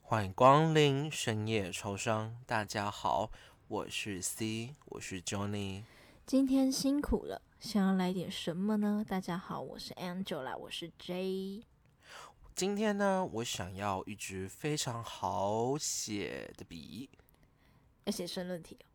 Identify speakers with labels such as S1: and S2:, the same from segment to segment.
S1: 欢迎光临深夜超商，大家好，我是 C，我是 Johnny。
S2: 今天辛苦了，想要来点什么呢？大家好，我是 Angela，我是 J。
S1: 今天呢，我想要一支非常好写的笔。
S2: 要写申论题哦，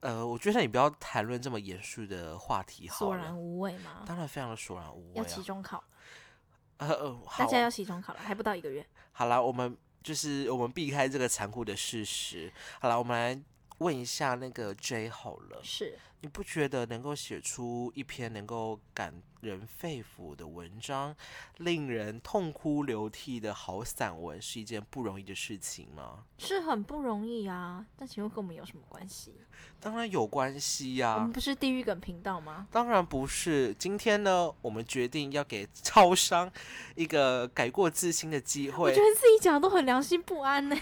S1: 呃，我觉得你不要谈论这么严肃的话题好
S2: 索然
S1: 了，
S2: 无味吗？
S1: 当然非常的索然无味
S2: 要
S1: 啊。
S2: 期中考，
S1: 呃呃，好
S2: 大，家要期中考了，还不到一个月。
S1: 好啦，我们就是我们避开这个残酷的事实。好啦，我们来问一下那个 J 好了。
S2: 是，
S1: 你不觉得能够写出一篇能够感人肺腑的文章，令人痛哭流涕的好散文，是一件不容易的事情吗？
S2: 是很不容易啊，但请问跟我们有什么关系？
S1: 当然有关系呀、
S2: 我们不是地狱梗频道吗？
S1: 当然不是。今天呢，我们决定要给超商一个改过自新的机
S2: 我
S1: 会
S2: 觉。得自己讲得都很良心不安呢、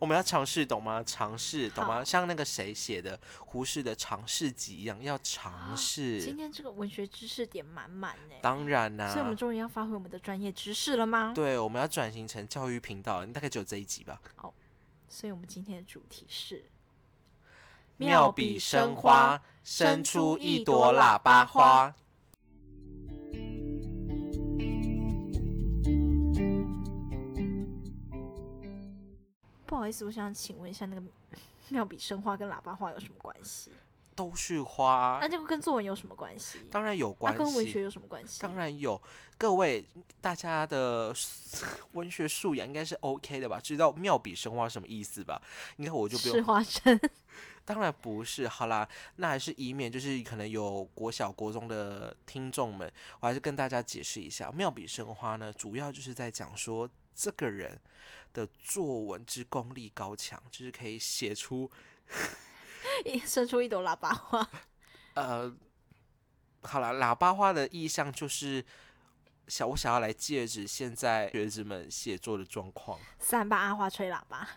S1: 我们要尝试，懂吗？尝试，懂吗？
S2: 好
S1: 像那个谁写的胡适的《尝试集》一样，要尝试
S2: 啊今。天这个文学知识点满满呢，
S1: 当然啊啦、
S2: 所以我们终于要发挥我们的专业知识了吗？
S1: 对，我们要转型成教育频道，大概只有这一集吧。
S2: 所以我们今天的主题是
S1: 妙笔生花，生出一朵喇叭花。
S2: 不好意思，我想请问一下，那个 妙笔生花跟喇叭花有什么关系？
S1: 都是花
S2: 那、，这个跟作文有什么关系？
S1: 当然有
S2: 那、
S1: 关
S2: 跟文学
S1: 系。
S2: 有什么关系？
S1: 当然有，各位大家的文学素养应该是 OK 的吧？知道“妙笔生花”什么意思吧？应该我就不
S2: 是
S1: 用。
S2: 花生。
S1: 当然不是，好啦，那还是以免就是可能有国小、国中的听众们，我还是跟大家解释一下，“妙笔生花”呢，主要就是在讲说这个人的作文之功力高强，就是可以写出
S2: 生出一朵喇叭花，
S1: 呃，好了，喇叭花的意象就是想我想要来借指现在学子们写作的状况。
S2: 三八阿花吹喇叭。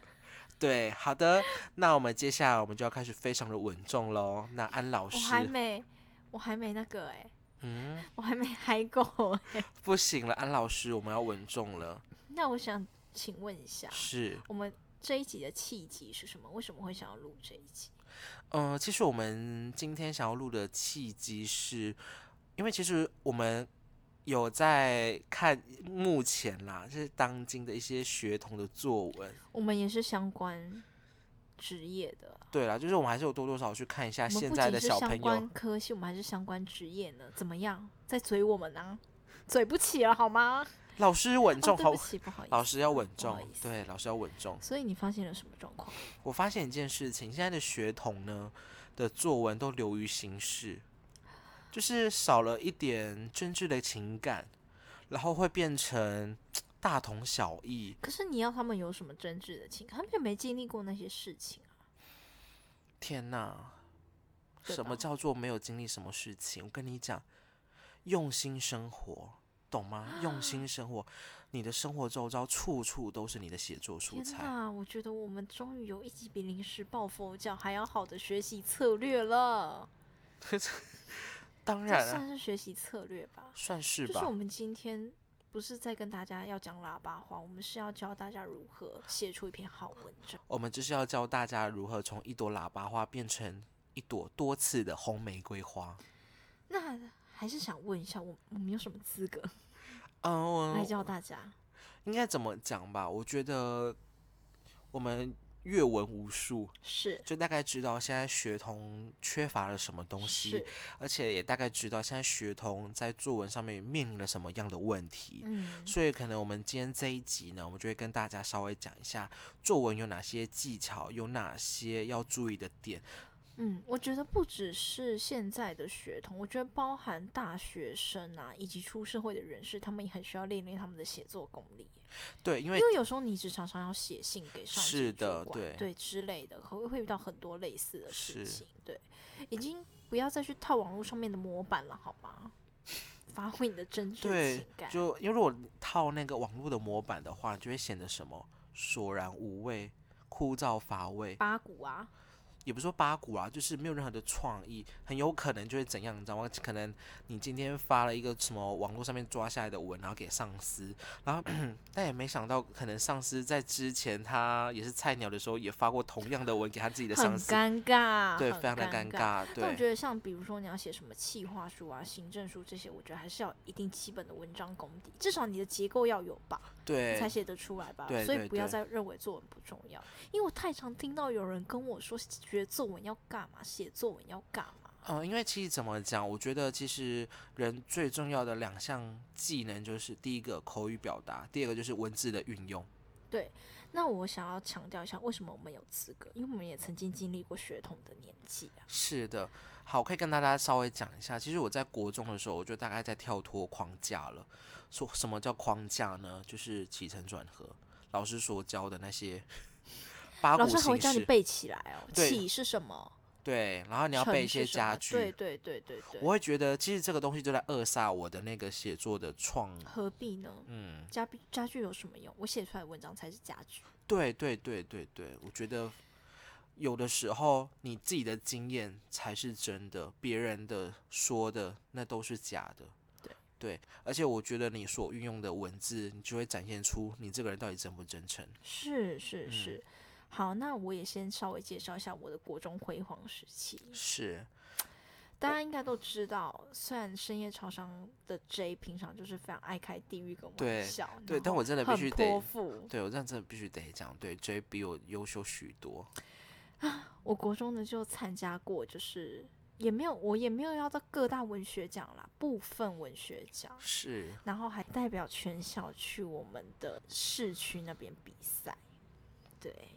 S1: 对，好的，那我们接下来我们就要开始非常的稳重喽。那安老
S2: 我
S1: 师，
S2: 还没，我还没那个哎、
S1: 嗯，
S2: 我还没嗨够哎、
S1: 不行了，安老师，我们要稳重了。
S2: 那我想请问一下，
S1: 是，
S2: 我们这一集的契机是什么？为什么会想要录这一集？
S1: 呃，其实我们今天想要录的契机是，因为其实我们有在看目前啦，就是当今的一些学童的作文。
S2: 我们也是相关职业的，
S1: 对啦，就是我们还是有多多少少去看一下
S2: 我们
S1: 现
S2: 不
S1: 在
S2: 仅
S1: 的
S2: 是
S1: 小
S2: 相
S1: 朋友
S2: 关。科系，我们还是相关职业呢。怎么样，在嘴我们呢？嘴不起了好吗？
S1: 老师稳
S2: 哦，
S1: 重，
S2: 对
S1: 好
S2: 不，起，不好意思。
S1: 老师要稳
S2: 不
S1: 重
S2: 好意，思
S1: 对，老师要稳重。
S2: 所以你发现了什么状况？
S1: 我发现一件事情，现在的学童呢的作文都流于形式，就是少了一点真挚的情感，然后会变成大同小异。
S2: 可是你要他们有什么真挚的情感，他们就没经历过那些事情啊。
S1: 天哪，
S2: 对
S1: 什么
S2: 吧
S1: 叫做没有经历什么事情？我跟你讲，用心生活，懂吗？
S2: 啊
S1: 用心生活，你的生活周遭处处都是你的写作素
S2: 天
S1: 材。
S2: 哪，我觉得我们终于有一集比临时抱佛脚还要好的学习策略了。
S1: 当
S2: 这
S1: 然、啊，
S2: 算是学习策略吧？
S1: 算是
S2: 就是我
S1: 吧。
S2: 们今天不是在跟大家要讲喇叭话，我们是要教大家如何写出一篇好文章。
S1: 我们就是要教大家如何从一朵喇叭花变成一朵多刺的红玫瑰花。
S2: 那还是想问一下，我我们有什么资格来
S1: 嗯，
S2: 教大家？
S1: 应该怎么讲吧？我觉得我们阅文无数，
S2: 是
S1: 就大概知道现在学童缺乏了什么东西
S2: 是，，
S1: 而且也大概知道现在学童在作文上面面临了什么样的问题。
S2: 嗯，
S1: 所以可能我们今天这一集呢，我们就会跟大家稍微讲一下作文有哪些技巧，有哪些要注意的点。
S2: 嗯，我觉得不只是现在的学童，我觉得包含大学生啊，以及出社会的人士，他们也很需要练练他们的写作功力。
S1: 对，因为
S2: 因为有时候你只常常要写信给上级
S1: 是的
S2: 主管
S1: 对
S2: 之类的，可能会遇到很多类似的
S1: 是
S2: 事情。对，已经不要再去套网络上面的模板了，好吗？ 发挥你的真挚
S1: 对
S2: 情感，，
S1: 就因为如果套那个网络的模板的话，你就会显得什么索然无味、枯燥乏味。
S2: 八股啊，
S1: 也不是说八股啊，就是没有任何的创意，很有可能就会怎样，你知道吗？可能你今天发了一个什么网络上面抓下来的文，然后给上司，然后 但也没想到，可能上司在之前他也是菜鸟的时候，也发过同样的文给他自己的上
S2: 很
S1: 司，
S2: 尴尬，
S1: 对，
S2: 很
S1: 非常的
S2: 尴
S1: 尴。尬，
S2: 但我
S1: 对。
S2: 觉得像比如说你要写什么企划书啊、行政书这些，我觉得还是要有一定基本的文章功底，至少你的结构要有吧，你
S1: 对，
S2: 才写得出来吧。
S1: 对
S2: 所以
S1: 对
S2: 不要
S1: 对
S2: 再认为作文不重要，因为我太常听到有人跟我说，觉得作文要干嘛，写作文要干嘛。
S1: 嗯，因为其实怎么讲，我觉得其实人最重要的两项技能就是第一个口语表达，第二个就是文字的运用。
S2: 那我想要强调一下，为什么我们有资格？因为我们也曾经经历过血统的年纪啊。
S1: 是的，好，可以跟大家稍微讲一下。其实我在国中的时候，我就大概在跳脱框架了。说什么叫框架呢？就是起承转合，老师所教的那 些八股
S2: 老师还
S1: 形
S2: 会叫你
S1: 式。
S2: 背起来哦，
S1: 对
S2: 起是什么？
S1: 对，然后你要
S2: 成
S1: 背一
S2: 是
S1: 些
S2: 什么
S1: 家具。
S2: 对对对对对。
S1: 我会觉得，其实这个东西就在扼杀我的那个写作的创。
S2: 何必呢？
S1: 嗯，
S2: 家具家具有什么用？我写出来的文章才是家具。
S1: 对对对对对，我觉得有的时候你自己的经验才是真的，别人的说的那都是假的。
S2: 对
S1: 对，而且我觉得你所运用的文字，你就会展现出你这个人到底真不真诚。
S2: 是是是。好，那我也先稍微介绍一下我的国中辉煌时期。
S1: 是，
S2: 大家应该都知道，虽然深夜超商的 J 平常就是非常爱开地狱跟
S1: 对
S2: 玩笑，
S1: 对
S2: 然
S1: 但
S2: 后
S1: 我真的必
S2: 很
S1: 须得
S2: 泼妇。
S1: 对我认真的必须得讲，对 J 比我优秀许 多。
S2: 我国中呢就参加过，就是也没有我也没有要到各大文学奖啦，部分文学奖，
S1: 是，
S2: 然后还代表全校去我们的市区那边比赛。对，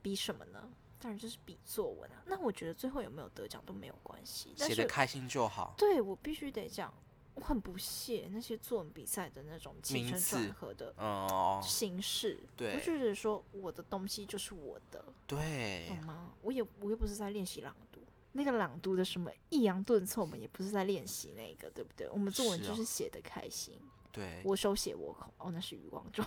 S2: 比什么呢？当然就是比作文啊。那我觉得最后有没有得奖都没有关系，但
S1: 写的
S2: 是
S1: 开心就好。
S2: 对我必须得讲，我很不屑那些作文比赛的那种起
S1: 名
S2: 承
S1: 字
S2: 转合的
S1: 嗯，哦
S2: 形式。
S1: 对
S2: 我就觉得说我的东西就是我的，
S1: 对，
S2: 懂吗？我也我又不是在练习朗读，那个朗读的什么抑扬顿挫，我们也不是在练习那个，对不对？我们作文
S1: 是
S2: 就
S1: 啊
S2: 是写的开心，
S1: 对，我
S2: 我手写我口，哦，那是余光中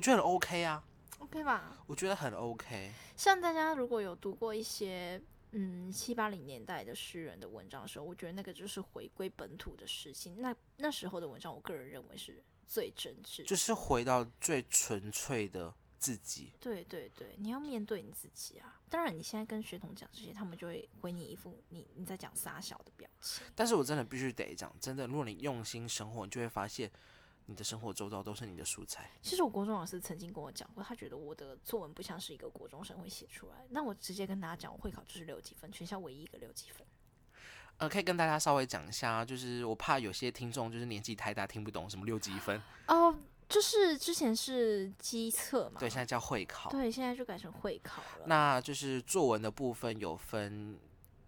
S1: 觉得很 OK 啊，
S2: ，OK 吧？
S1: 我觉得很 OK。
S2: 像大家如果有读过一些。嗯，七八零年代的诗人的文章的时候，我觉得那个就是回归本土的事情。那那时候的文章，我个人认为是最真挚。
S1: 就是回到最纯粹的自己。
S2: 对对对，你要面对你自己啊！当然，你现在跟学童讲这些，他们就会回你一副你你在讲傻小的表情。
S1: 但是我真的必须得讲，真的，如果你用心生活，你就会发现你的生活周遭都是你的素材。
S2: 其实我国中老师曾经跟我讲过，他觉得我的作文不像是一个国中生会写出来。那我直接跟大家讲，我会考就是六几分，全校唯一一个六几分。
S1: 呃，可以跟大家稍微讲一下，啊就是我怕有些听众就是年纪太大听不懂什么六级分，
S2: 哦，就是之前是机测嘛，
S1: 对，现在叫会考。
S2: 对，现在就改成会考了。
S1: 那就是作文的部分有分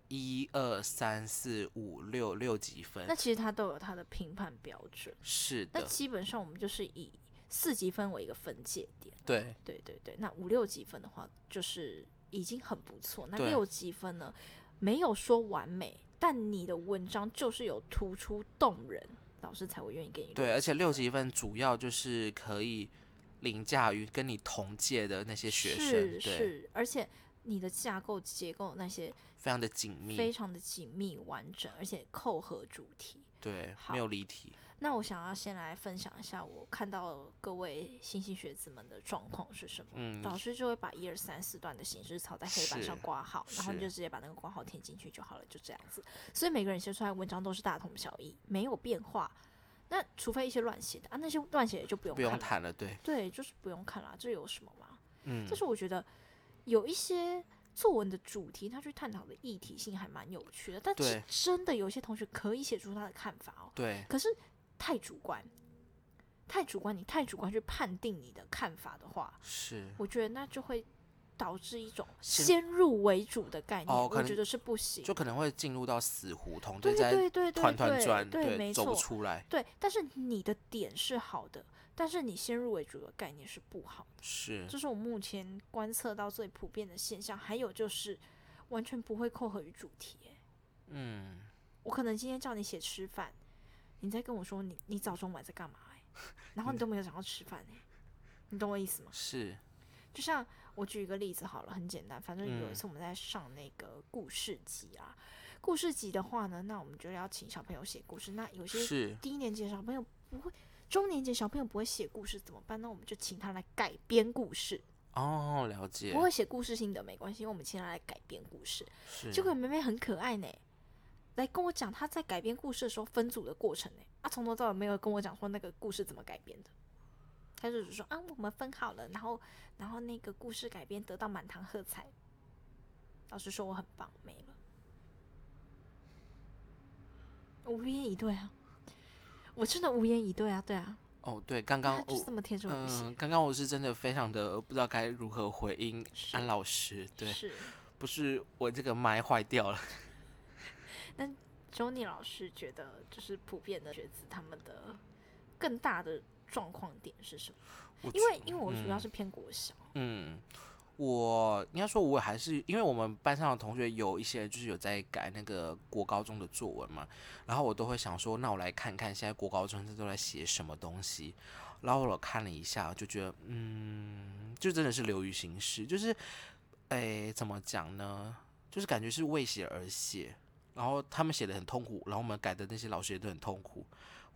S1: 一二三四五六六级分
S2: 那，其实他都有他的评判标准。
S1: 是
S2: 那
S1: 的，
S2: 基本上我们就是以四级分为一个分界点。
S1: 对，
S2: 对对对，那五六级分的话，就是已经很不错。那
S1: 对
S2: 六级分呢，没有说完美，但你的文章就是有突出动人，老师才会愿意给你。
S1: 对，而且六级分主要就是可以凌驾于跟你同届的那些学生，
S2: 是
S1: 对，
S2: 是，而且你的架构结构那些
S1: 非常的紧密，
S2: 非常的紧密完整，而且扣合主题。
S1: 对，
S2: 好
S1: 没有离题。
S2: 那我想要先来分享一下我看到各位新兴学子们的状况是什么。
S1: 嗯，
S2: 老师就会把一二三四段的形式草在黑板上
S1: 是
S2: 挂号，然后你就是直接把那个挂号填进去就好了，就这样子。所以每个人写出来的文章都是大同小异，没有变化。那除非一些乱写的啊，那些乱写的就不用
S1: 不
S2: 看
S1: 用
S2: 了。
S1: 谈了，对，
S2: 对，就是不用看啦，这有什么嘛？
S1: 嗯
S2: 就，是我觉得有一些作文的主题，他去探讨的议题性还蛮有趣的，但是
S1: 对
S2: 真的有些同学可以写出他的看法哦，
S1: 对，
S2: 可是太主观，太主观，你太主观去判定你的看法的话，
S1: 是
S2: 我觉得那就会导致一种
S1: 先
S2: 先入为主的概念，
S1: 哦可
S2: 我
S1: 能
S2: 觉得是不行。
S1: 就可能会进入到死胡同，
S2: 对
S1: 就在
S2: 对对对
S1: 团团
S2: 对
S1: 转，
S2: 对没
S1: 走不
S2: 错
S1: 出来，
S2: 对，但是你的点是好的，但是你先入为主的概念是不好的，
S1: 是
S2: 这是我目前观测到最普遍的现象。还有就是完全不会扣合于主题欸、
S1: 嗯，
S2: 我可能今天叫你写吃饭，你在跟我说你你早中晚在干嘛、欸？然后你都没有想要吃饭、欸，你懂我意思吗？
S1: 是
S2: 就像我举一个例子好了，很简单，反正有一次我们在上那个故事集啊，故事集的话呢，那我们就要请小朋友写故事。那有些
S1: 是
S2: 低年级的小朋友不会，中年级小朋友不会写故事怎么办？那我们就请他来改编故事。
S1: 哦，了解
S2: 不，会写故事性的没关系，因为我们请他来改编故事。
S1: 是
S2: 结果妹妹很可爱呢，来跟我讲她在改编故事的时候分组的过程呢，啊，从头到尾没有跟我讲说那个故事怎么改编的，她就只说啊，我们分好了，然后然后那个故事改编得到满堂喝彩。老师说我很棒，没了。我无言以对啊，我真的无言以对啊，对啊，
S1: 哦，对，刚
S2: 他
S1: 刚
S2: 就是
S1: 我
S2: 这么天真无邪，
S1: 嗯，刚刚我是真的非常的不知道该如何回应
S2: 是
S1: 安老师，对，
S2: 是。
S1: 不是我这个麦坏掉了，
S2: Johnny 老师觉得，就是普遍的学子他们的更大的状况点是什么？
S1: 我
S2: 因为
S1: 觉
S2: 因为我主要
S1: 嗯
S2: 是偏国小，
S1: 嗯，我应该说，我还是因为我们班上的同学有一些就是有在改那个国高中的作文嘛，然后我都会想说，那我来看看现在国高中生都在写什么东西。然后我看了一下，就觉得，嗯，就真的是流于形式，就是，诶，怎么讲呢？就是感觉是为写而写，然后他们写的很痛苦，然后我们改的那些老师也都很痛苦，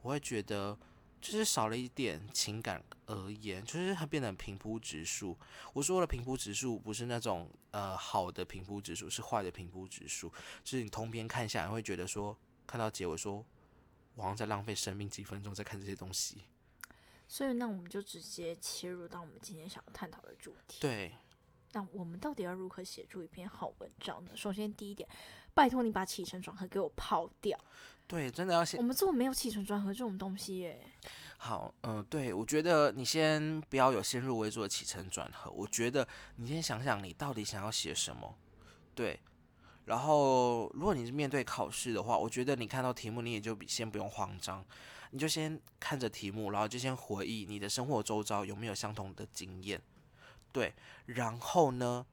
S1: 我会觉得。就是少了一点情感而言，就是它变得很平铺直述。我说的平铺直述不是那种呃好的平铺直述，是坏的平铺直述。就是你通篇看下来会觉得说，看到结尾说，我好像在浪费生命几分钟在看这些东西。
S2: 所以那我们就直接切入到我们今天想要探讨的主题。，
S1: 对，
S2: 那我们到底要如何写出一篇好文章呢？首先第一点，拜托你把起承转合给我抛掉。
S1: 对，真的要写
S2: 我们作文没有起承转合这种东西耶。
S1: 好。嗯、对，我觉得你先不要有先入为主的起承转合。我觉得你先想想你到底想要写什么。对。然后，如果你是面对考试的话，我觉得你看到题目，你也就比先不用慌张，你就先看着题目，然后就先回忆你的生活周遭有没有相同的经验。对，然后呢，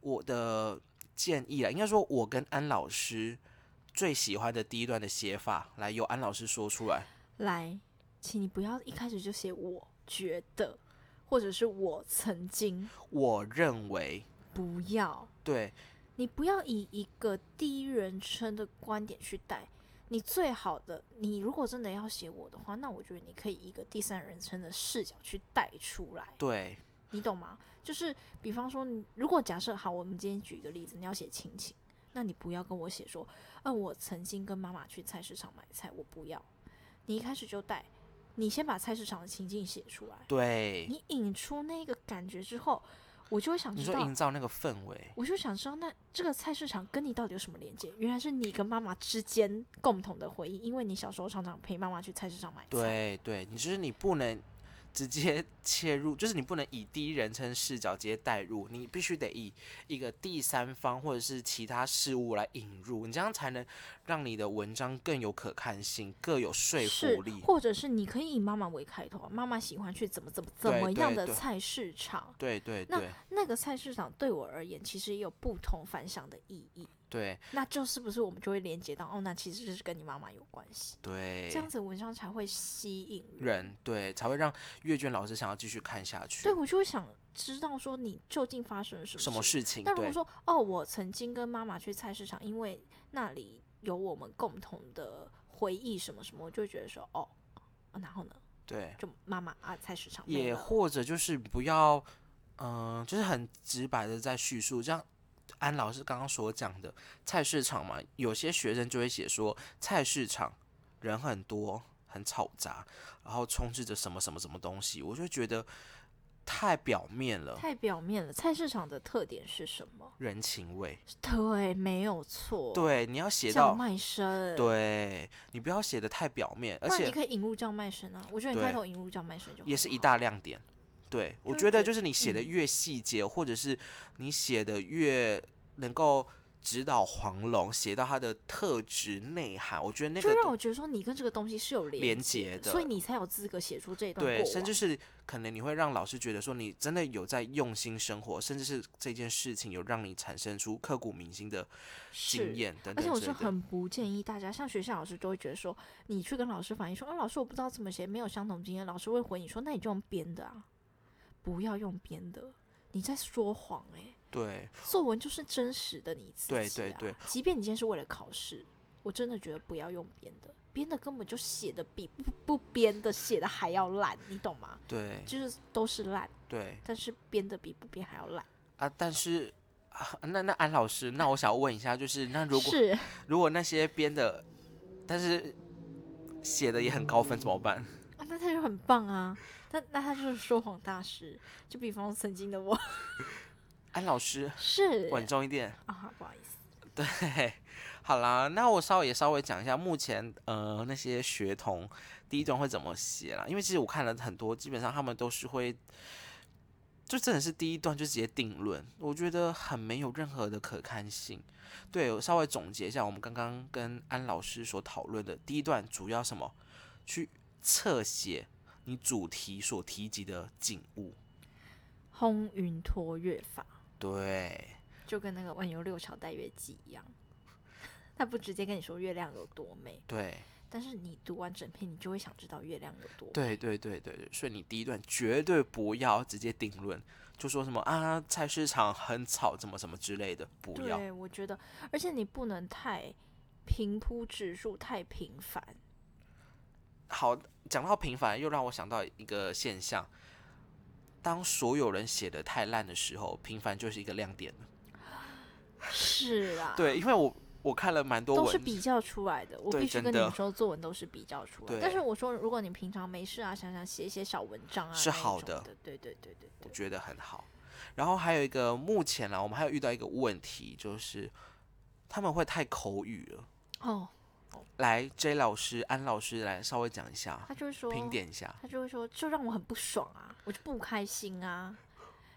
S1: 我的建议啊，应该说我跟安老师最喜欢的第一段的写法，来由安老师说出来。
S2: 来，请你不要一开始就写我觉得，或者是我曾经，
S1: 我认为，
S2: 不要。
S1: 对，
S2: 你不要以一个第一人称的观点去带。你最好的，你如果真的要写我的话，那我觉得你可以以一个第三人称的视角去带出来，
S1: 对，
S2: 你懂吗？就是比方说你，如果假设好，我们今天举一个例子，你要写亲情，那你不要跟我写说，呃，我曾经跟妈妈去菜市场买菜，我不要。你一开始就带，你先把菜市场的情境写出来，
S1: 对，
S2: 你引出那个感觉之后，我就会想
S1: 你
S2: 知
S1: 说
S2: 道
S1: 营造那个氛围，
S2: 我就想知道，那这个菜市场跟你到底有什么连接？原来是你跟妈妈之间共同的回忆，因为你小时候常常陪妈妈去菜市场买菜。，
S1: 对，对，你就是你不能直接 切入，就是你不能以第一人称视角直接带入，你必须得以一个第三方或者是其他事物来引入，你这样才能让你的文章更有可看性，更有说
S2: 是
S1: 服力。
S2: 或者是你可以以妈妈为开头啊，妈妈喜欢去怎么怎么怎
S1: 对
S2: 么样
S1: 对
S2: 的
S1: 对
S2: 菜市场。
S1: 对对
S2: 那
S1: 对
S2: 那个菜市场对我而言，其实也有不同反响的意义。
S1: 对
S2: 那就是不是我们就会连接到哦，那其实就是跟你妈妈有关系，这
S1: 对嗯
S2: 样，子文章才会吸引人。
S1: 人对才会让阅卷老师想要继续看下去
S2: 对，。我就会想知道说你究竟发生了什么
S1: 什么
S2: 事
S1: 事情？
S2: 但如果
S1: 对
S2: 说哦，我曾经跟妈妈去菜市场，因为那里有我们共同的回忆什么什么，我就会觉得说哦、啊然后呢，
S1: 对，
S2: 就妈妈啊，菜市场没
S1: 也
S2: 了
S1: 或者就是不要，嗯、就是很直白的在叙述，像安老师刚刚所讲的菜市场嘛，有些学生就会写说菜市场人很多，很吵杂，然后充斥着什么什么什么东西，我就觉得太表面了，
S2: 太表面了。菜市场的特点是什么？
S1: 人情味。
S2: 对，没有错，
S1: 对，你要写
S2: 叫
S1: 到，
S2: 卖声。，
S1: 对你不要写的太表面，而
S2: 那你
S1: 且
S2: 可以引入叫卖声啊。我觉得你开
S1: 对
S2: 头引入叫卖声就
S1: 也
S2: 很
S1: 是一
S2: 好
S1: 大亮点。对，我
S2: 就
S1: 觉得
S2: 是
S1: 就是你写的
S2: 嗯
S1: 越细节，或者是你写的越能够指导黄龙，写到他的特质内涵，我觉得那
S2: 就
S1: 个
S2: 让
S1: 都
S2: 我觉得说你跟这个东西是有
S1: 连
S2: 接
S1: 结的
S2: 所以你才有资格写出这一段
S1: 对，
S2: 过
S1: 甚
S2: 往
S1: 至是可能你会让老师觉得说你真的有在用心生活，甚至是这件事情有让你产生出刻骨铭心的
S2: 是
S1: 经验等
S2: 而
S1: 等
S2: 且我
S1: 之
S2: 是
S1: 类的。
S2: 很不建议大家，像学校老师都会觉得说，你去跟老师反映说，啊，老师我不知道怎么写，没有相同经验，老师会回你说，那你就用编的啊，不要用编的，你在说谎哎、
S1: 对，
S2: 作文就是真实的你自己、啊。
S1: 对对对，
S2: 即便你今天是为了考试，我真的觉得不要用编的，编的根本就写的比不不编的写的还要烂，你懂吗？
S1: 对，
S2: 就是都是烂，
S1: 对
S2: 但是编的比不编还要烂。
S1: 啊，但是啊，那那安老师，那我想问一下，就是那如果
S2: 是啊
S1: 如果那些编的，但是写的也很高分怎么办？
S2: 啊，那他就很棒啊，那那他就是说谎大师。就比方曾经的我
S1: 安老师，
S2: 是
S1: 稳重一点。
S2: 啊，不好意思，
S1: 对，好啦，那我稍微也稍微讲一下目前呃那些学童第一段会怎么写啦，因为其实我看了很多，基本上他们都是会，就真的是第一段就直接定论，我觉得很没有任何的可看性。对，我稍微总结一下我们刚刚跟安老师所讨论的第一段主要什么，去侧写你主题所提及的景物。
S2: 轰云托月法
S1: 对，
S2: 就跟那个万有六朝戴月记一样，他不直接跟你说月亮有多美，
S1: 对，
S2: 但是你读完整篇，你就会想知道月亮有多美。
S1: 对对对对对，所以你第一段绝对不要直接定论，就说什么啊菜市场很吵，怎么怎么之类的，不要。
S2: 对，我觉得，而且你不能太平铺直述，太频繁。
S1: 好，讲到平凡，又让我想到一个现象：当所有人写的太烂的时候，平凡就是一个亮点了。
S2: 是啦，，
S1: 对，因为我我看了蛮多
S2: 啊都是
S1: 文，
S2: 比较出来的。我
S1: 对
S2: 必须
S1: 真
S2: 跟你
S1: 的
S2: 们说，作文都是比较出来的。但
S1: 对
S2: 是我说，如果你平常没事啊，想想写一些小文章啊，
S1: 是
S2: 那一
S1: 好
S2: 种
S1: 的
S2: 的。对对对对
S1: 我
S2: 对，
S1: 觉得很好。然后还有一个，目前呢，我们还有遇到一个问题，就是他们会太口语了。
S2: 哦，
S1: 来，J 老师、安老师来稍微讲一下，
S2: 他就会说，
S1: 评点一下。
S2: 他就会说，就让我很不爽啊，我就不开心啊，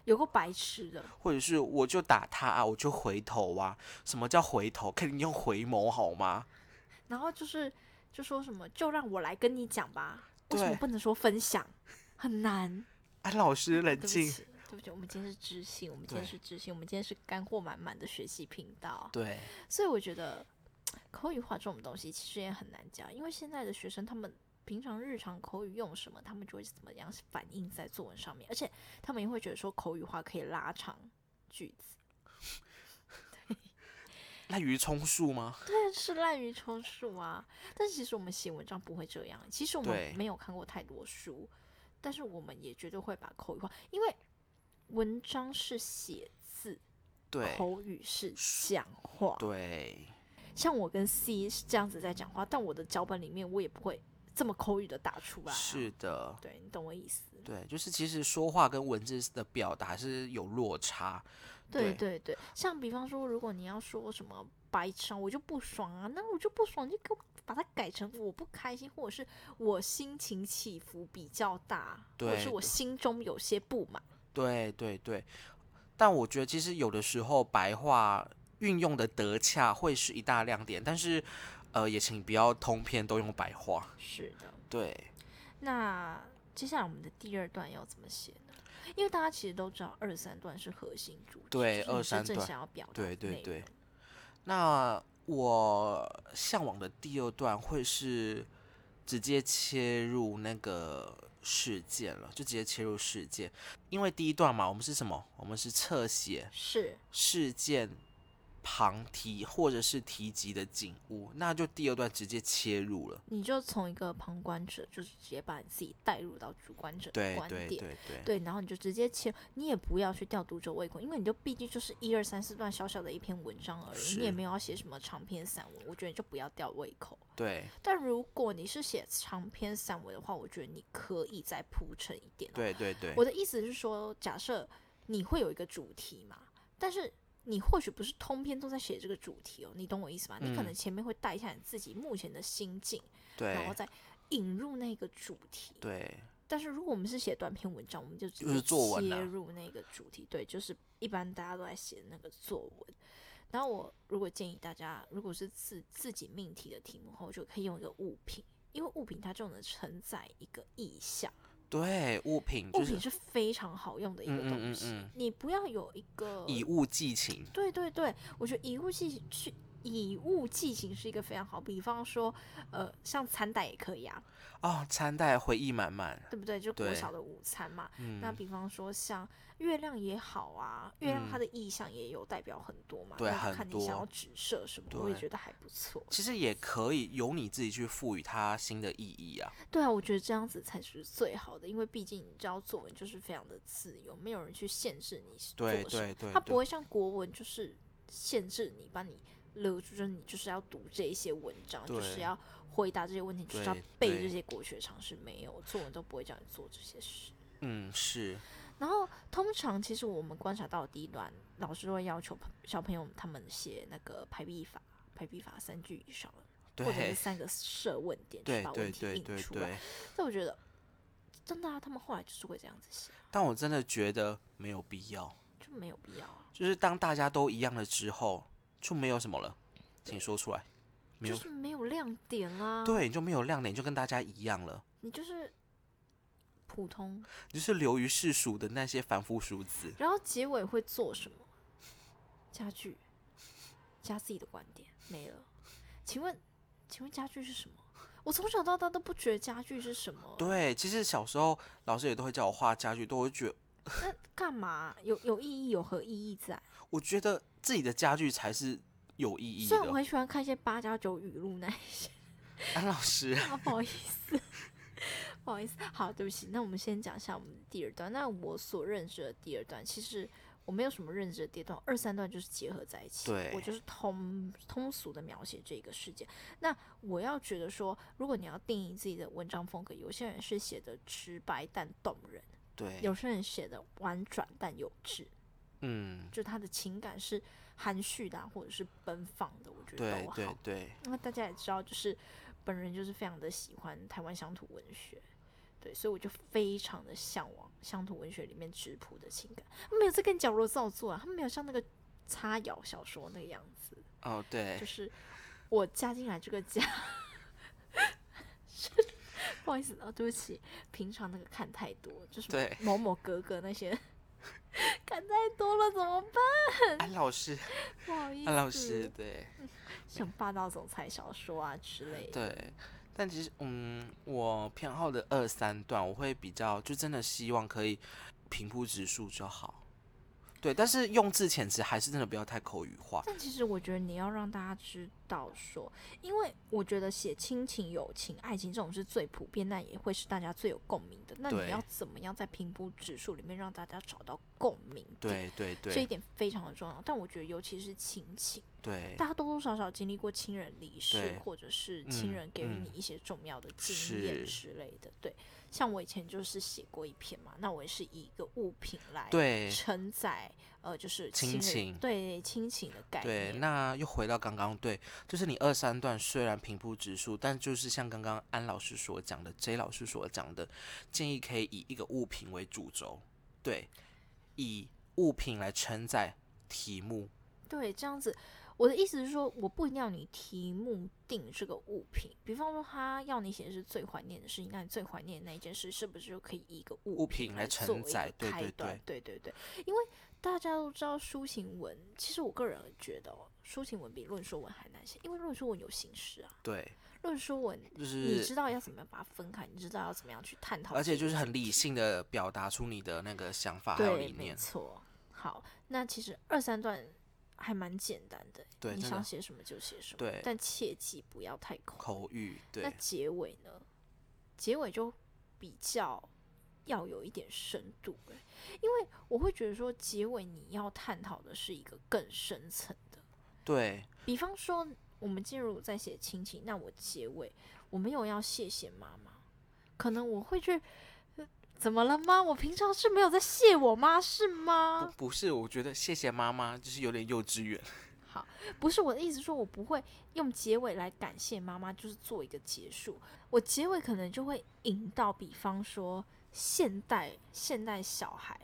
S2: 有个白痴的。
S1: 或者是我就打他啊，我就回头啊。什么叫回头？肯定用回眸好吗？
S2: 然后就是就说什么，就让我来跟你讲吧。为什么
S1: 对
S2: 不能说分享？很难。
S1: 安哎老师冷
S2: 对不
S1: 静。
S2: 起，对不起，我们今天是知性，我们今天
S1: 对
S2: 是知性，我们今天是干货满满的学习频道。
S1: 对，
S2: 所以我觉得口语化这种东西其实也很难讲，因为现在的学生他们平常日常口语用什么，他们就会怎么样反映在作文上面，而且他们也会觉得说口语化可以拉长句子，
S1: 滥竽充数吗？
S2: 对，是滥竽充数啊。但是其实我们写文章不会这样，其实我
S1: 对
S2: 们没有看过太多书，但是我们也绝对会把口语化，因为文章是写字，
S1: 对，
S2: 口语是讲话。
S1: 对，
S2: 像我跟 C 是这样子在讲话，但我的脚本里面我也不会这么口语的打出来、啊。
S1: 是，的，
S2: 对你懂我意思？
S1: 对，就是其实说话跟文字的表达是有落差。
S2: 对
S1: 对
S2: 对对，像比方说，如果你要说什么白痴啊，我就不爽啊，那我就不爽，你就给我把它改成我不开心，或者是我心情起伏比较大，或者
S1: 对
S2: 是我
S1: 对
S2: 心中有些不满。
S1: 对对对，但我觉得其实有的时候白话运用的得恰会是一大亮点，但是呃，也请不要通篇都用白话。
S2: 是的，
S1: 对，
S2: 那接下来我们的第二段要怎么写呢？因为大家其实都知道二三段是核心主旨，
S1: 对
S2: 就是你
S1: 二三
S2: 真正
S1: 段
S2: 想要表达
S1: 对
S2: 的
S1: 对
S2: 内
S1: 对
S2: 容，
S1: 那我向往的第二段会是直接切入那个事件了，就直接切入事件，因为第一段嘛，我们是什么？我们是侧写
S2: 是
S1: 事件旁提或者是提及的景物，那就第二段直接切入了。
S2: 你就从一个旁观者，就是直接把你自己带入到主观者的
S1: 对
S2: 观
S1: 对
S2: 点，
S1: 对对
S2: 对然后你就直接切，你也不要去吊读者胃口，因为你就毕竟就是一二三四段小小的一篇文章而已，你也
S1: 是
S2: 没有要写什么长篇散文，我觉得你就不要吊胃口。
S1: 对
S2: 但如果你是写长篇散文的话，我觉得你可以再铺陈一点、哦。
S1: 对对对
S2: 我的意思是说，假设你会有一个主题嘛，但是你或许不是通篇都在写这个主题哦，你懂我意思吗？你可
S1: 嗯
S2: 能前面会带一下你自己目前的心境。然
S1: 对
S2: 后再引入那个主题。
S1: 对
S2: 但是如果我们是写短篇文章，我们就直
S1: 就是
S2: 接
S1: 作文
S2: 切
S1: 啊
S2: 入那个主题，对，就是一般大家都在写那个作文。然后我如果建议大家，如果是自自己命题的题目后，就可以用一个物品，因为物品它就能承载一个意象，
S1: 对，物品
S2: 物
S1: 就
S2: 品
S1: 是
S2: 是非常好用的一个
S1: 嗯嗯
S2: 东
S1: 嗯
S2: 西。
S1: 嗯
S2: 你不要有一个
S1: 以物寄情，
S2: 对对对，我觉得以物寄去以物寄情是一个非常好，比方说，呃，像餐袋也可以啊，
S1: 哦，餐袋回忆满满，
S2: 对不对？就国
S1: 对
S2: 小的午餐嘛。那
S1: 嗯，
S2: 比方说像月亮也好啊，月亮
S1: 嗯
S2: 它的意象也有代表很多嘛，
S1: 对
S2: 那
S1: 很
S2: 就看你想
S1: 多
S2: 要直射什么，我也
S1: 对
S2: 觉得还不错。
S1: 其实也可以由你自己去赋予它新的意义啊。
S2: 对啊，我觉得这样子才是最好的，因为毕竟你知道作文就是非常的自由，没有人去限制你是做
S1: 对
S2: 什么，
S1: 对对
S2: 它不
S1: 对，
S2: 会像国文就是限制你，把你勒住，就是你就是要读这一些文章，就是
S1: 对
S2: 要回答这些问题，就是要
S1: 对
S2: 背
S1: 对
S2: 这些国学常识，没有作文都不会叫你做这些事。
S1: 嗯，是，
S2: 然后通常其实我们观察到的第一段，老师都会要求朋小朋友他们写那个排比法，排比法三句以上，或者是
S1: 对，
S2: 三个设问点，去
S1: 对
S2: 把
S1: 对
S2: 问题
S1: 对
S2: 引
S1: 对
S2: 出来。
S1: 对。
S2: 但我觉得真的啊，他们后来就是会这样子写，
S1: 但我真的觉得没有必要，
S2: 就没有必要啊，
S1: 就是当大家都一样了之后，就没有什么了，请说出来，没
S2: 就
S1: 有，
S2: 是没有亮点啦、啊。，
S1: 对，你就没有亮点，你就跟大家一样了，
S2: 你就是普通。
S1: 你就是流于世俗的那些凡夫俗子。
S2: 然后结尾会做什么？家具，加自己的观点，没了。请问，请问家具是什么？我从小到大都不觉得家具是什么、欸。
S1: 对，其实小时候老师也都会叫我画家具，都会觉得，
S2: 那干嘛？有有意义，有何意义在？
S1: 我觉得自己的家具才是有意义
S2: 虽然我
S1: 的。
S2: 很喜欢看一些八加九语录那一 些，
S1: 安老师，
S2: 啊，不好 意思，不好意思，好，对不起。那我们先讲一下我们的第二段。那我所认识的第二段，其实我没有什么认知的第二段，二三段就是结合在一起。
S1: 对
S2: 我就是通通俗的描写这个事件。那我要觉得说，如果你要定义自己的文章风格，有些人是写的直白但动人，
S1: 对，
S2: 有些人写的婉转但有致。
S1: 嗯，
S2: 就他的情感是含蓄的啊、或者是奔放的，我觉得
S1: 对
S2: 都好。
S1: 对对，
S2: 那大家也知道，就是本人就是非常的喜欢台湾乡土文学，对，所以我就非常的向往乡土文学里面质朴的情感。他没有在跟你矫揉造作啊，他没有像那个插摇小说那个样子，
S1: 哦对
S2: 就，是我加进来这个家。 不好意思啊、对不起，平常那个看太多，就是
S1: 对
S2: 某某格格那些 看太多了，怎么办？
S1: 安老师，
S2: 不好意思，
S1: 安啊老师，对。
S2: 像霸道总裁小说啊之类的。
S1: 对，但其实，嗯，我偏好的二三段，我会比较就真的希望可以平铺直述就好。对，但是用字遣词还是真的不要太口语化。
S2: 但其实我觉得你要让大家知道说，因为我觉得写亲情、友情、爱情这种是最普遍，但也会是大家最有共鸣的。那你
S1: 对
S2: 要怎么样在平铺指数里面让大家找到共鸣
S1: 对
S2: 点？
S1: 对
S2: 这一
S1: 对
S2: 点非常的重要。但我觉得尤其是亲情，
S1: 对
S2: 大家多多少少经历过亲人离世
S1: 对，
S2: 或者是
S1: 嗯
S2: 亲人给予
S1: 嗯
S2: 你一些重要的经验
S1: 是
S2: 之类的。对，像我以前就是写过一篇嘛，那我也是以一个物品来
S1: 对
S2: 承载呃，就是
S1: 亲
S2: 人
S1: 情
S2: 对亲情的概
S1: 对，
S2: 念。
S1: 那又回到刚刚，对，就是你二三段虽然平铺直述，但就是像刚刚安老师所讲的，J 老师所讲的，建议可以以一个物品为主轴，对，以物品来承载题目，
S2: 对，这样子，我的意思是说，我不一定要你题目定这个物品，比方说他要你写的是最怀念的事情，那你最怀念的那一件事，是不是就可以以一个物
S1: 物品
S2: 品
S1: 来
S2: 来
S1: 承
S2: 作为一个
S1: 载对
S2: 开
S1: 对
S2: 端？对对对因为大家都知道抒情文，其实我个人觉得哦，抒情文比论说文还难写，因为论说文有形式啊，
S1: 对，
S2: 论说文
S1: 就是
S2: 你知道要怎么样把它分开，你知道要怎么样去探讨这个
S1: 而
S2: 问题，
S1: 且就是很理性的表达出你的那个想法还有
S2: 对，
S1: 理
S2: 没
S1: 念。
S2: 错。好，那其实二三段还蛮简单的，
S1: 对
S2: 你
S1: 真
S2: 想
S1: 的
S2: 写什么就写什么，
S1: 对
S2: 但切记不要太空。
S1: 口语
S2: 那
S1: 对
S2: 结尾呢？结尾就比较要有一点深度、欸，因为我会觉得说，结尾你要探讨的是一个更深层的，
S1: 对
S2: 比方说。我们进入在写亲情，那我结尾我没有要谢谢妈妈，可能我会去，呃怎么了吗？我平常是没有在谢我妈是吗？
S1: 不不是，我觉得谢谢妈妈就是有点幼稚园。
S2: 不是我的意思，说我不会用结尾来感谢妈妈，就是做一个结束。我结尾可能就会引到，比方说现代现代小孩，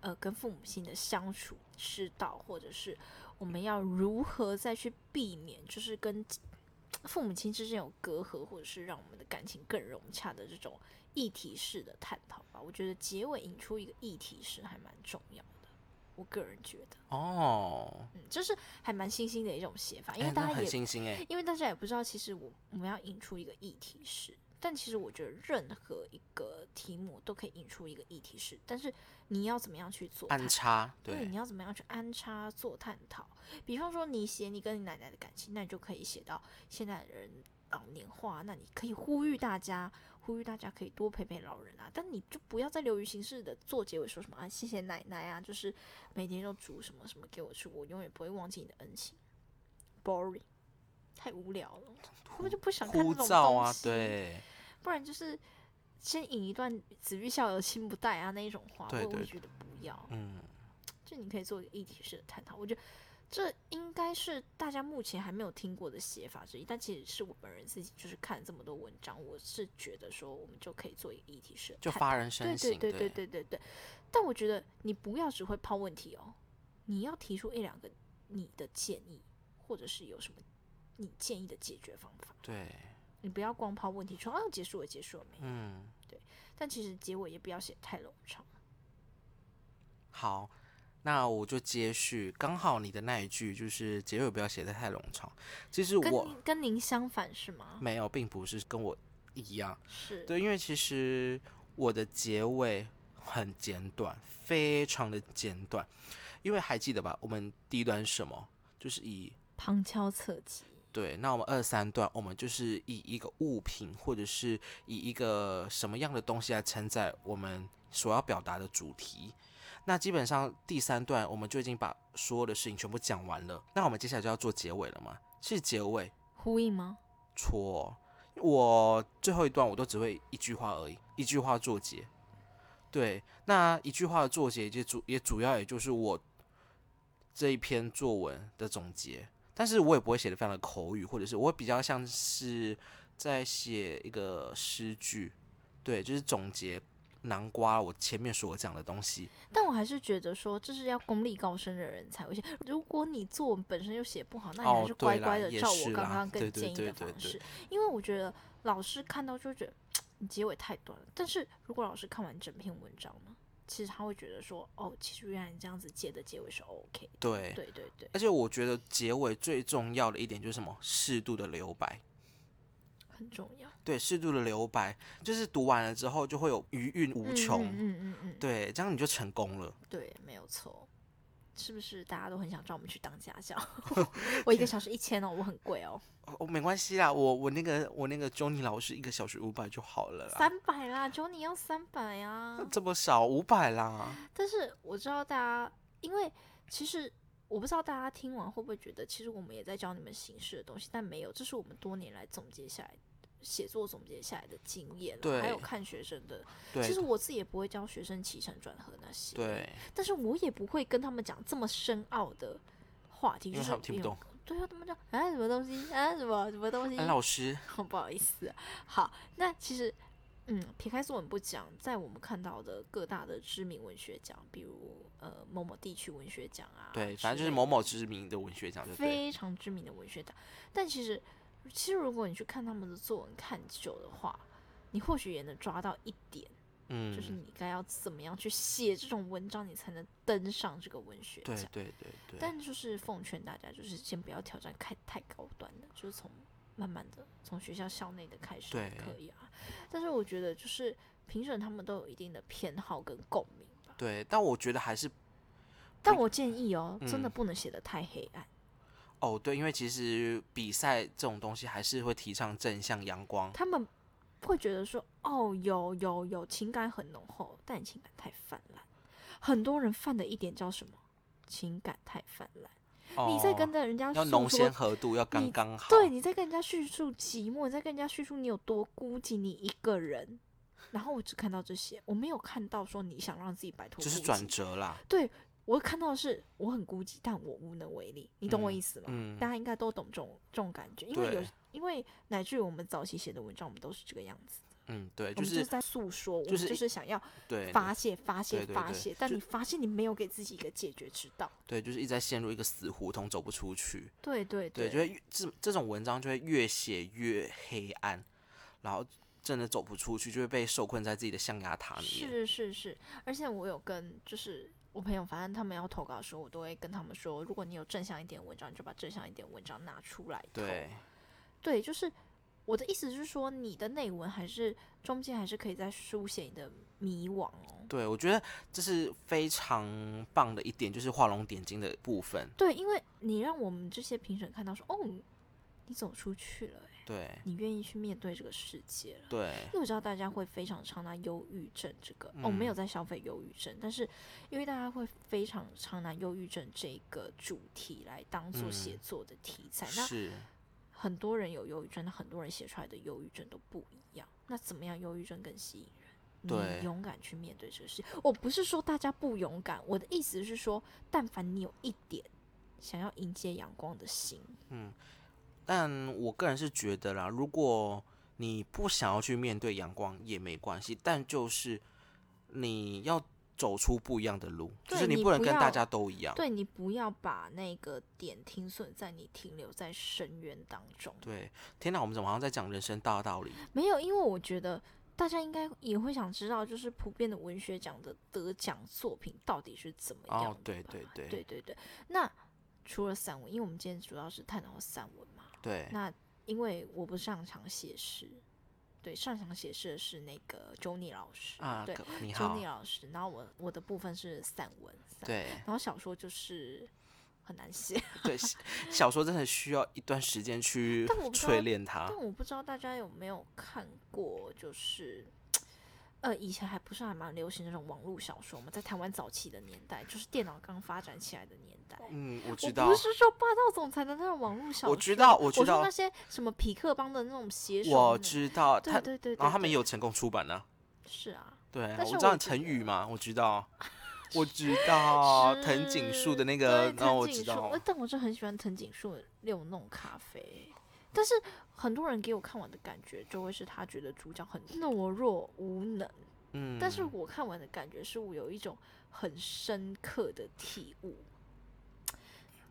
S2: 呃，跟父母亲的相处之道，或者是我们要如何再去避免，就是跟父母亲之间有隔阂，或者是让我们的感情更融洽的这种议题式的探讨吧。我觉得结尾引出一个议题式还蛮重要的。我个人觉得，
S1: 哦，
S2: 嗯，就是还蛮新兴的一种写法，因
S1: 哎
S2: 为，
S1: 那
S2: 大家
S1: 很
S2: 也
S1: 新兴哎，
S2: 因为大家也不知道，其实我我们要引出一个议题是，但其实我觉得任何一个题目都可以引出一个议题是，但是你要怎么样去做它？
S1: 安插，
S2: 对，
S1: 对
S2: 你，要怎么样去安插做探讨？比方说，你写你跟你奶奶的感情，那你就可以写到现在的人老年化，那你可以呼吁大家，呼吁大家可以多陪陪老人啊。但你就不要再流于形式的做结尾说什么啊，谢谢奶奶啊，就是每天都煮什么什么给我吃，我永远不会忘记你的恩情。Boring，太无聊了，我们就不想看
S1: 枯
S2: 这种
S1: 燥
S2: 东
S1: 啊，
S2: 西。，
S1: 对，
S2: 不然就是先引一段“子欲孝而亲不待”啊那一种话，
S1: 对
S2: 我
S1: 对
S2: 会觉得不要。
S1: 嗯，
S2: 就你可以做一个议题式的探讨。我觉得这应该是大家目前还没有听过的写法之一，但其实是我本人自己就是看这么多文章，我是觉得说我们就可以做一个议题式的
S1: 就
S2: 探
S1: 发
S2: 讨
S1: 人
S2: 对
S1: 深
S2: 对
S1: 省，
S2: 对对对对对。但我觉得你不要只会抛问题哦，你要提出一两个你的建议，或者是有什么你建议的解决方法。
S1: 对，
S2: 你不要光抛问题说啊结束了结束了没，
S1: 嗯，
S2: 但其实结尾也不要写太冗长。
S1: 好，那我就接续，刚好你的那一句就是结尾不要写的太冗长。其实
S2: 跟
S1: 我
S2: 您跟您相反是吗？
S1: 没有，并不是跟我一样，
S2: 是，
S1: 对，因为其实我的结尾很简短，非常的简短，因为还记得吧，我们第一段是什么？就是以
S2: 旁敲侧击。
S1: 对，那我们二三段，我们就是以一个物品或者是以一个什么样的东西来承载我们所要表达的主题。那基本上第三段我们就已经把所有的事情全部讲完了，那我们接下来就要做结尾了嘛？其实结尾
S2: 呼应吗？
S1: 错，我最后一段我都只会一句话而已，一句话作结。对，那一句话的作结也主也主要也就是我这一篇作文的总结，但是我也不会写的非常的口语，或者是我会比较像是在写一个诗句，对，就是总结南瓜我前面所讲的东西。
S2: 但我还是觉得说，这是要功力高深的人才会写。如果你作文本身又写不好，那你
S1: 哦
S2: 还是
S1: 对
S2: 乖
S1: 啦
S2: 乖的
S1: 也
S2: 照
S1: 是
S2: 我刚
S1: 啦
S2: 刚
S1: 对
S2: 跟
S1: 对
S2: 建议
S1: 对
S2: 的
S1: 对
S2: 方
S1: 对
S2: 式，因为我觉得老师看到就会觉得你结尾太短了。但是如果老师看完整篇文章呢，其实他会觉得说，哦，其实原来你这样子接的结尾是 OK 的。
S1: 对，
S2: 对对对，
S1: 而且我觉得结尾最重要的一点就是什么？适度的留白。
S2: 很重要。
S1: 对，适度的留白，就是读完了之后就会有余韵无
S2: 嗯
S1: 穷。
S2: 嗯嗯嗯嗯，
S1: 对，这样你就成功了。
S2: 对，没有错。是不是大家都很想找我们去当家 教？我一个小时一千哦，我很贵哦。
S1: 哦，哦没关系啦，我我那个我那个 Johnny 老师一个小时五百就好了啦，
S2: 三百啦，求你要三 百啊！
S1: 这么少五百啦，
S2: 但是我知道大家，因为其实我不知道大家听完会不会觉得，其实我们也在教你们形式的东西，但没有，这是我们多年来总结下来写作总结下来的经验啦，啊还有
S1: 对
S2: 看学生的。其
S1: 对
S2: 实我自己也不会教学生起承转合那些，，
S1: 对，
S2: 但是我也不会跟他们讲这么深奥的话题，
S1: 因
S2: 就
S1: 为
S2: 是
S1: 他们听不
S2: 有
S1: 懂。。
S2: 对啊，他们讲啊什么东西啊什么什么东西，
S1: 哎，老师，
S2: 哦， 不好意思啊。好，那其实，嗯，撇开作文不讲，在我们看到的各大的知名文学奖，比如呃某某地区文学奖啊，
S1: 对，
S2: 之
S1: 反正就是
S2: 类
S1: 某
S2: 的
S1: 某知名的文学奖，对不对？
S2: 非常知名的文学奖。但其实，其实如果你去看他们的作文看久的话，你或许也能抓到一点，
S1: 嗯，
S2: 就是你该要怎么样去写这种文章，你才能登上这个文学
S1: 对
S2: 奖。
S1: 对对对，
S2: 但就是奉劝大家，就是先不要挑战太太高端的，就是从慢慢的从学校校内的开始
S1: 对
S2: 可以啊。但是我觉得就是评审他们都有一定的偏好跟共鸣吧。
S1: 对，但我觉得还是
S2: 但我建议哦，真的
S1: 嗯
S2: 不能写的太黑暗，
S1: 哦，对，因为其实比赛这种东西还是会提倡正向阳光，
S2: 他们会觉得说哦有有有情感很浓厚，但你情感太泛滥。很多人犯的一点叫什么？情感太泛滥。你在
S1: 哦
S2: 跟着人家
S1: 要
S2: 诉
S1: 浓
S2: 说
S1: 鲜合度要刚
S2: 你
S1: 刚好，
S2: 对，你在跟人家叙述寂寞，你在跟人家叙述你有多孤寂，你一个人。然后我只看到这些，我没有看到说你想让自己摆脱，
S1: 就是转。折啦，
S2: 对我看到的是我很孤寂，但我无能为力。你懂我
S1: 嗯
S2: 意思吗？
S1: 嗯
S2: 大，家应该都懂这种这种感觉，因为有
S1: 对，
S2: 因为乃至于我们早期写的文章，我们都是这个样子，
S1: 嗯，对，
S2: 我
S1: 就
S2: 们就是
S1: 是
S2: 在诉说，
S1: 就
S2: 我们
S1: 是
S2: 就
S1: 一
S2: 是想要
S1: 对
S2: 发泄、发泄、
S1: 对对
S2: 发
S1: 对
S2: 泄，但
S1: 就
S2: 你发现你没有给自己一个解决之道。
S1: 对，就是一直在陷入一个死胡同，走不出去。
S2: 对对
S1: 对，就会越这这种文章就会越写越黑暗，然后真的走不出去，就会被受困在自己的象牙塔里面。
S2: 是是是，而且我有跟就是。我朋友反正他们要投稿的时候，我都会跟他们说，如果你有正向一点文章，你就把正向一点文章拿出来投。
S1: 对，
S2: 对，就是我的意思是说，你的内文还是中间还是可以再书写你的迷惘哦。
S1: 对，我觉得这是非常棒的一点，就是画龙点睛的部分。
S2: 对，因为你让我们这些评审看到说，哦，你走出去了欸，
S1: 对，
S2: 你愿意去面对这个世界了。
S1: 对，
S2: 因为我知道大家会非常常拿忧郁症这个，哦，没
S1: 嗯
S2: 有在消费忧郁症，但是因为大家会非常常拿忧郁症这个主题来当做
S1: 嗯
S2: 写作的题材，那
S1: 是，
S2: 很多人有忧郁症，那很多人写出来的忧郁症都不一样。那怎么样，忧郁症更吸引人？
S1: 对
S2: 你勇敢去面对这个事。我不是说大家不勇敢，我的意思是说，但凡你有一点想要迎接阳光的心，
S1: 但我个人是觉得啦，如果你不想要去面对阳光也没关系，但就是你要走出不一样的路，就
S2: 对
S1: 是
S2: 你
S1: 不能
S2: 不
S1: 跟大
S2: 要
S1: 家都一样。
S2: 对你不要把那个点停损在你停留在深渊当中。
S1: 对，天哪，我们怎么好像在讲人生大道理？
S2: 没有，因为我觉得大家应该也会想知道，就是普遍的文学奖的得奖作品到底是怎么样的吧、
S1: 哦对对对
S2: 对对对那除了散文，因为我们今天主要是探讨散文嘛，
S1: 对，
S2: 那因为我不擅长写诗，对，擅长写诗的是那个 Johnny 老师
S1: 啊，
S2: 对
S1: 可你好
S2: Johnny，老师，然后我我的部分是散文，散文，
S1: 对
S2: 然后小说就是很难写，
S1: 对，小小说真的需要一段时间去
S2: 但我不知道
S1: 淬炼它
S2: 但。我不知道大家有没有看过，就是，呃，以前还不是还蛮流行那种网络小说嘛，在台湾早期的年代，就是电脑刚发展起来的年代。
S1: 嗯，我知
S2: 我
S1: 道
S2: 不，是说霸道总裁的那种网络小说，
S1: 我知道我
S2: 我
S1: 知道
S2: 说那些什么匹克帮的那种写手们，
S1: 我知道
S2: 对
S1: 他，
S2: 对对对，
S1: 然后他们
S2: 对
S1: 也有成功出版呢、
S2: 是啊，
S1: 对，
S2: 但是
S1: 知道
S2: 我
S1: 你成
S2: 觉
S1: 语嘛，我知道， 我知道哦藤井树的那个，
S2: 对
S1: 那我
S2: 藤
S1: 知
S2: 井树
S1: 道
S2: 呃，但我是很喜欢藤井树的六弄咖啡，但是很多人给我看完的感觉就会是他觉得主角很懦弱无能。
S1: 嗯，
S2: 但是我看完的感觉是我有一种很深刻的体悟，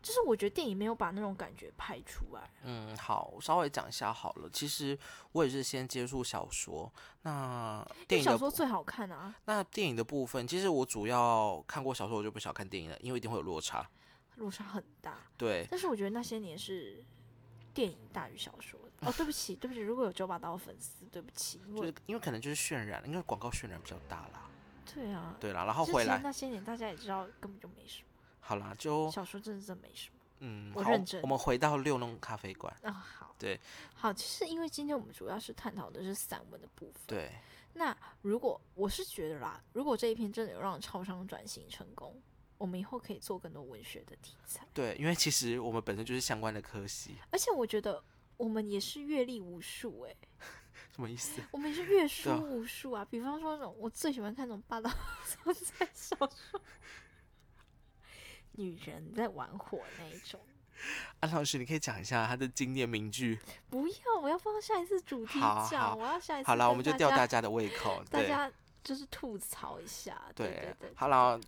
S2: 就是我觉得电影没有把那种感觉拍出来。
S1: 嗯，好，我稍微讲一下好了。其实我也是先接触小说，那
S2: 因
S1: 电
S2: 为
S1: 影
S2: 小
S1: 的
S2: 说
S1: 部
S2: 最好看啊，
S1: 那电影的部分，其实我主要看过小说，我就不想看电影了，因为一定会有落差。
S2: 落差很大，
S1: 对，
S2: 但是我觉得那些年是电影大于小说的。哦，对不起，对不起，如果有九把刀的粉丝，对不起，因
S1: 就
S2: 为
S1: 是因为可能就是渲染，因为广告渲染比较大啦。
S2: 对啊，
S1: 对啦，然后
S2: 就
S1: 回
S2: 其实
S1: 来，
S2: 那些年大家也知道根本就没什么，
S1: 好啦，就
S2: 小说真的真没什么。
S1: 嗯，
S2: 我
S1: 好
S2: 认，真
S1: 我们回到六弄咖啡馆。
S2: 啊、好，
S1: 对，
S2: 好，其实因为今天我们主要是探讨的是散文的部分，
S1: 对，
S2: 那如果我是觉得啦，如果这一篇真的有让超商转型成功，我们以后可以做更多文学的题材。
S1: 对，因为其实我们本身就是相关的科系，
S2: 而且我觉得我们也是阅历无数诶、
S1: 什么意思？
S2: 我们也是阅书
S1: 对啊
S2: 无数啊。比方说那种我最喜欢看那种霸道总裁小说，女人在玩火那一种。
S1: 安老师，你可以讲一下他的经典名句。
S2: 不要，我要放到下一次主题
S1: 好好
S2: 讲，我要下一次
S1: 好啦，我
S2: 跟
S1: 们就
S2: 哎大
S1: 吊
S2: 家
S1: 大家的胃 口。
S2: 大
S1: 对
S2: 家就是吐槽一下，对对对对
S1: 好啦。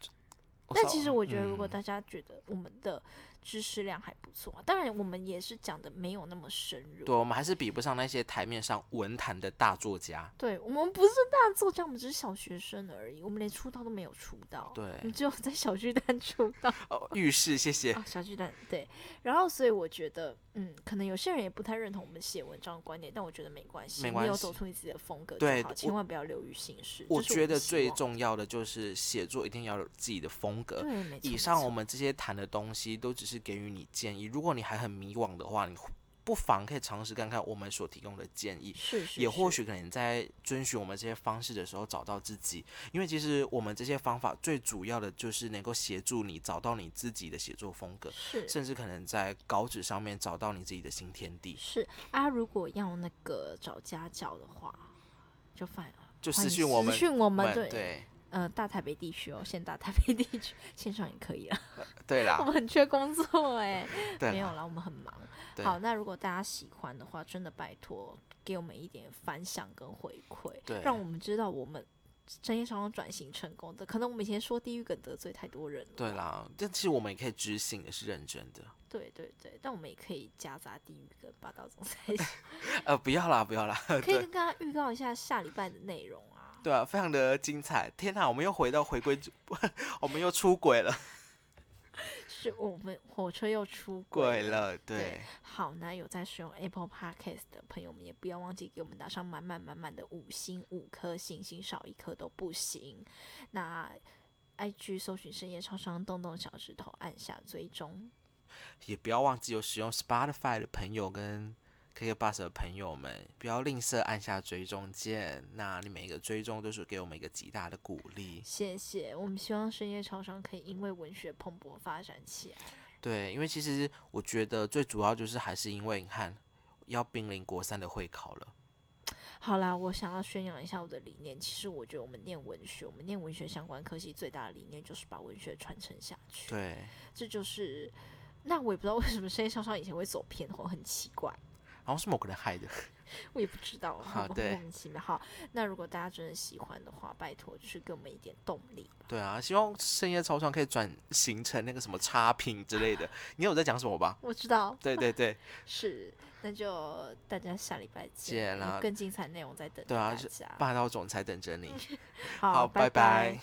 S1: 我
S2: 但
S1: 稍
S2: 其实我觉得，如果
S1: 嗯
S2: 大家觉得我们的知识量还不错、啊，当然我们也是讲的没有那么深入。
S1: 对，我们还是比不上那些台面上文坛的大作家。
S2: 对，我们不是大作家，我们只是小学生而已，我们连出道都没有出道。
S1: 对
S2: 我们只有在小巨蛋出道
S1: 哦，浴室，谢谢。
S2: 嗯啊，小巨蛋对。然后，所以我觉得，嗯，可能有些人也不太认同我们写文章的观点，但我觉得没关系，
S1: 没
S2: 你
S1: 关
S2: 有
S1: 系
S2: 走出你自己的风格
S1: 对
S2: 就好，
S1: 我
S2: 千万不要流于形式。
S1: 我
S2: 这是
S1: 觉
S2: 们
S1: 得
S2: 希
S1: 最
S2: 望
S1: 重要的就是写作一定要有自己的风格。
S2: 对，没错
S1: 以
S2: 没
S1: 上
S2: 错
S1: 我们这些谈的东西都只是给予你建议，如果你还很迷惘的话，你不妨可以尝试看看我们所提供的建议。
S2: 是是
S1: 也或
S2: 是
S1: 许可能你在遵循我们这些方式的时候找到自己，因为其实我们这些方法最主要的就是能够协助你找到你自己的写作风格，
S2: 是
S1: 甚至可能在稿纸上面找到你自己的新天地。
S2: 是啊，如果要那个找家教的话，就反
S1: 就
S2: 欢
S1: 私
S2: 迎
S1: 讯我们，
S2: 哦私讯我们
S1: 们
S2: 对
S1: 对
S2: 呃大台北地区哦，现大台北地区线上也可以啊，
S1: 对
S2: 我
S1: 啦，
S2: 们很缺工作哎、
S1: 对
S2: 没有
S1: 啦，
S2: 啦，我们很忙。
S1: 对
S2: 好，那如果大家喜欢的话，真的拜托给我们一点反响跟回馈，
S1: 对
S2: 让我们知道我们。商业商转型成功的，可能我们以前说地狱梗得罪太多人了。
S1: 对啦，但其实我们也可以知性，也是认真的。
S2: 对对对，但我们也可以夹杂地狱梗， 霸道总裁，
S1: 呃，不要啦，不要啦，
S2: 可以跟大家预告一下下礼拜的内容啊。
S1: 对啊，非常的精彩。天哪，我们又回到回归主， 我们又出轨了，
S2: 是我们火车又出
S1: 轨
S2: 轨。
S1: 了，对
S2: 对，好，那有在使用 Apple Podcast 的朋友们，也不要忘记给我们打上满满满满的五星五颗星星，少一颗都不行。那 IG 搜寻深夜超商，动动小指头按下追踪。
S1: 也不要忘记有使用 Spotify 的朋友跟 KK Bus 的朋友们，不要吝啬按下追踪键。那你每一个追踪都是给我们一个极大的鼓励。
S2: 谢谢，我们希望深夜超商可以因为文学蓬勃发展起来。
S1: 对，因为其实我觉得最主要就是还是因为你看要濒临国三的会考了，
S2: 好啦，我想要宣扬一下我的理念。其实我觉得我们念文学，我们念文学相关科系最大的理念就是把文学传承下去。
S1: 对，
S2: 这就是，那我也不知道为什么深夜超商以前会走偏红，很奇怪。
S1: 好像是某个人害的。
S2: 我也不知道，
S1: 好
S2: 很
S1: 对
S2: 莫名其妙。好，那如果大家真的喜欢的话，拜托就是给我们一点动力吧。
S1: 对啊，希望深夜超商可以转型成那个什么差评之类的。你有在讲什么吧？
S2: 我知道
S1: 对对对，
S2: 是，那就大家下礼拜
S1: 见
S2: 见，有
S1: 啦
S2: 更精彩内容再等着
S1: 对啊
S2: 大
S1: 是
S2: 家。
S1: 霸道总裁等着你。
S2: 好，
S1: 拜
S2: 拜。